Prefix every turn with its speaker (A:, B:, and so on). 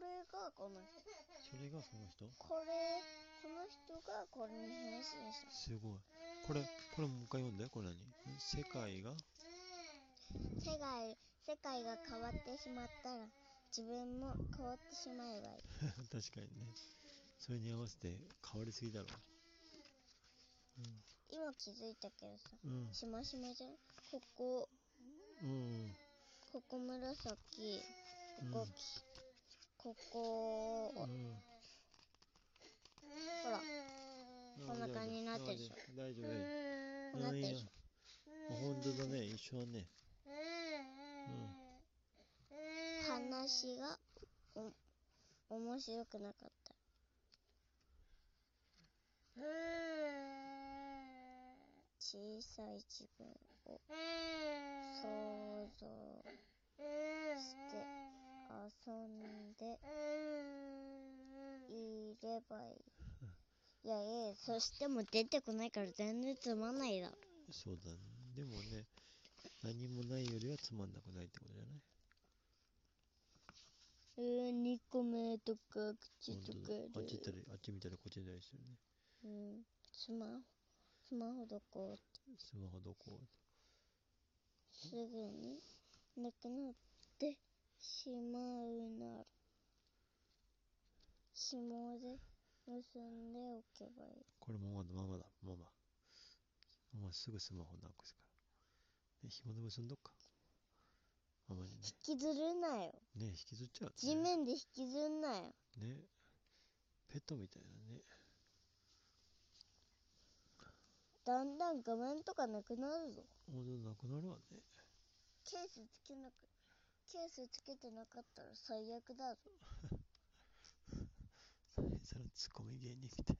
A: がこの人
B: それがその人
A: これこの人がこれに変身した
B: すごい。これ、これもう一回読んで、これ何ん世界が
A: 世界世界が変わってしまったら自分も変わってしまえばいい
B: 確かにね。それに合わせて変わりすぎだろ。
A: 今気づいたけどさ
B: うん。うん。
A: しましまじゃんここ
B: うん。
A: ここ紫
B: うん。
A: ここきここ
B: う
A: ほ
B: ん
A: ら
B: あ
A: こんな感じになってるでしょ
B: 大丈
A: こ
B: 夫大丈夫
A: うなっ
B: 大
A: てるで
B: 丈夫
A: しょ
B: あ本当だね一緒だね
A: 話がお面白くなかった小さい自分を想像して遊んでいればいいいやいやそしても出てこないから全然つまんないだろ
B: そうだねでもね何もないよりはつまんなくないってことじゃない
A: えー、2個目とか口
B: 本
A: とか
B: 当だあっち行った
A: で、
B: りあっち見たりこっち見たりしてるね
A: うん、スマホスマホどこ
B: スマホどこ
A: すぐになくなってしまうなら紐で結んでおけばいい
B: これママだママだママママすぐスマホなくすからで紐で結んどっかママにね
A: 引きずるなよ
B: ね引きずっちゃう
A: 地
B: ね
A: 面で引きずんなよ
B: ねペットみたいだね
A: だんだん画面とかなくなるぞ
B: 本当なくなるわね
A: ケースつけなくケースつけてなかったら最悪だぞ
B: それそのツッコミ芸人みたい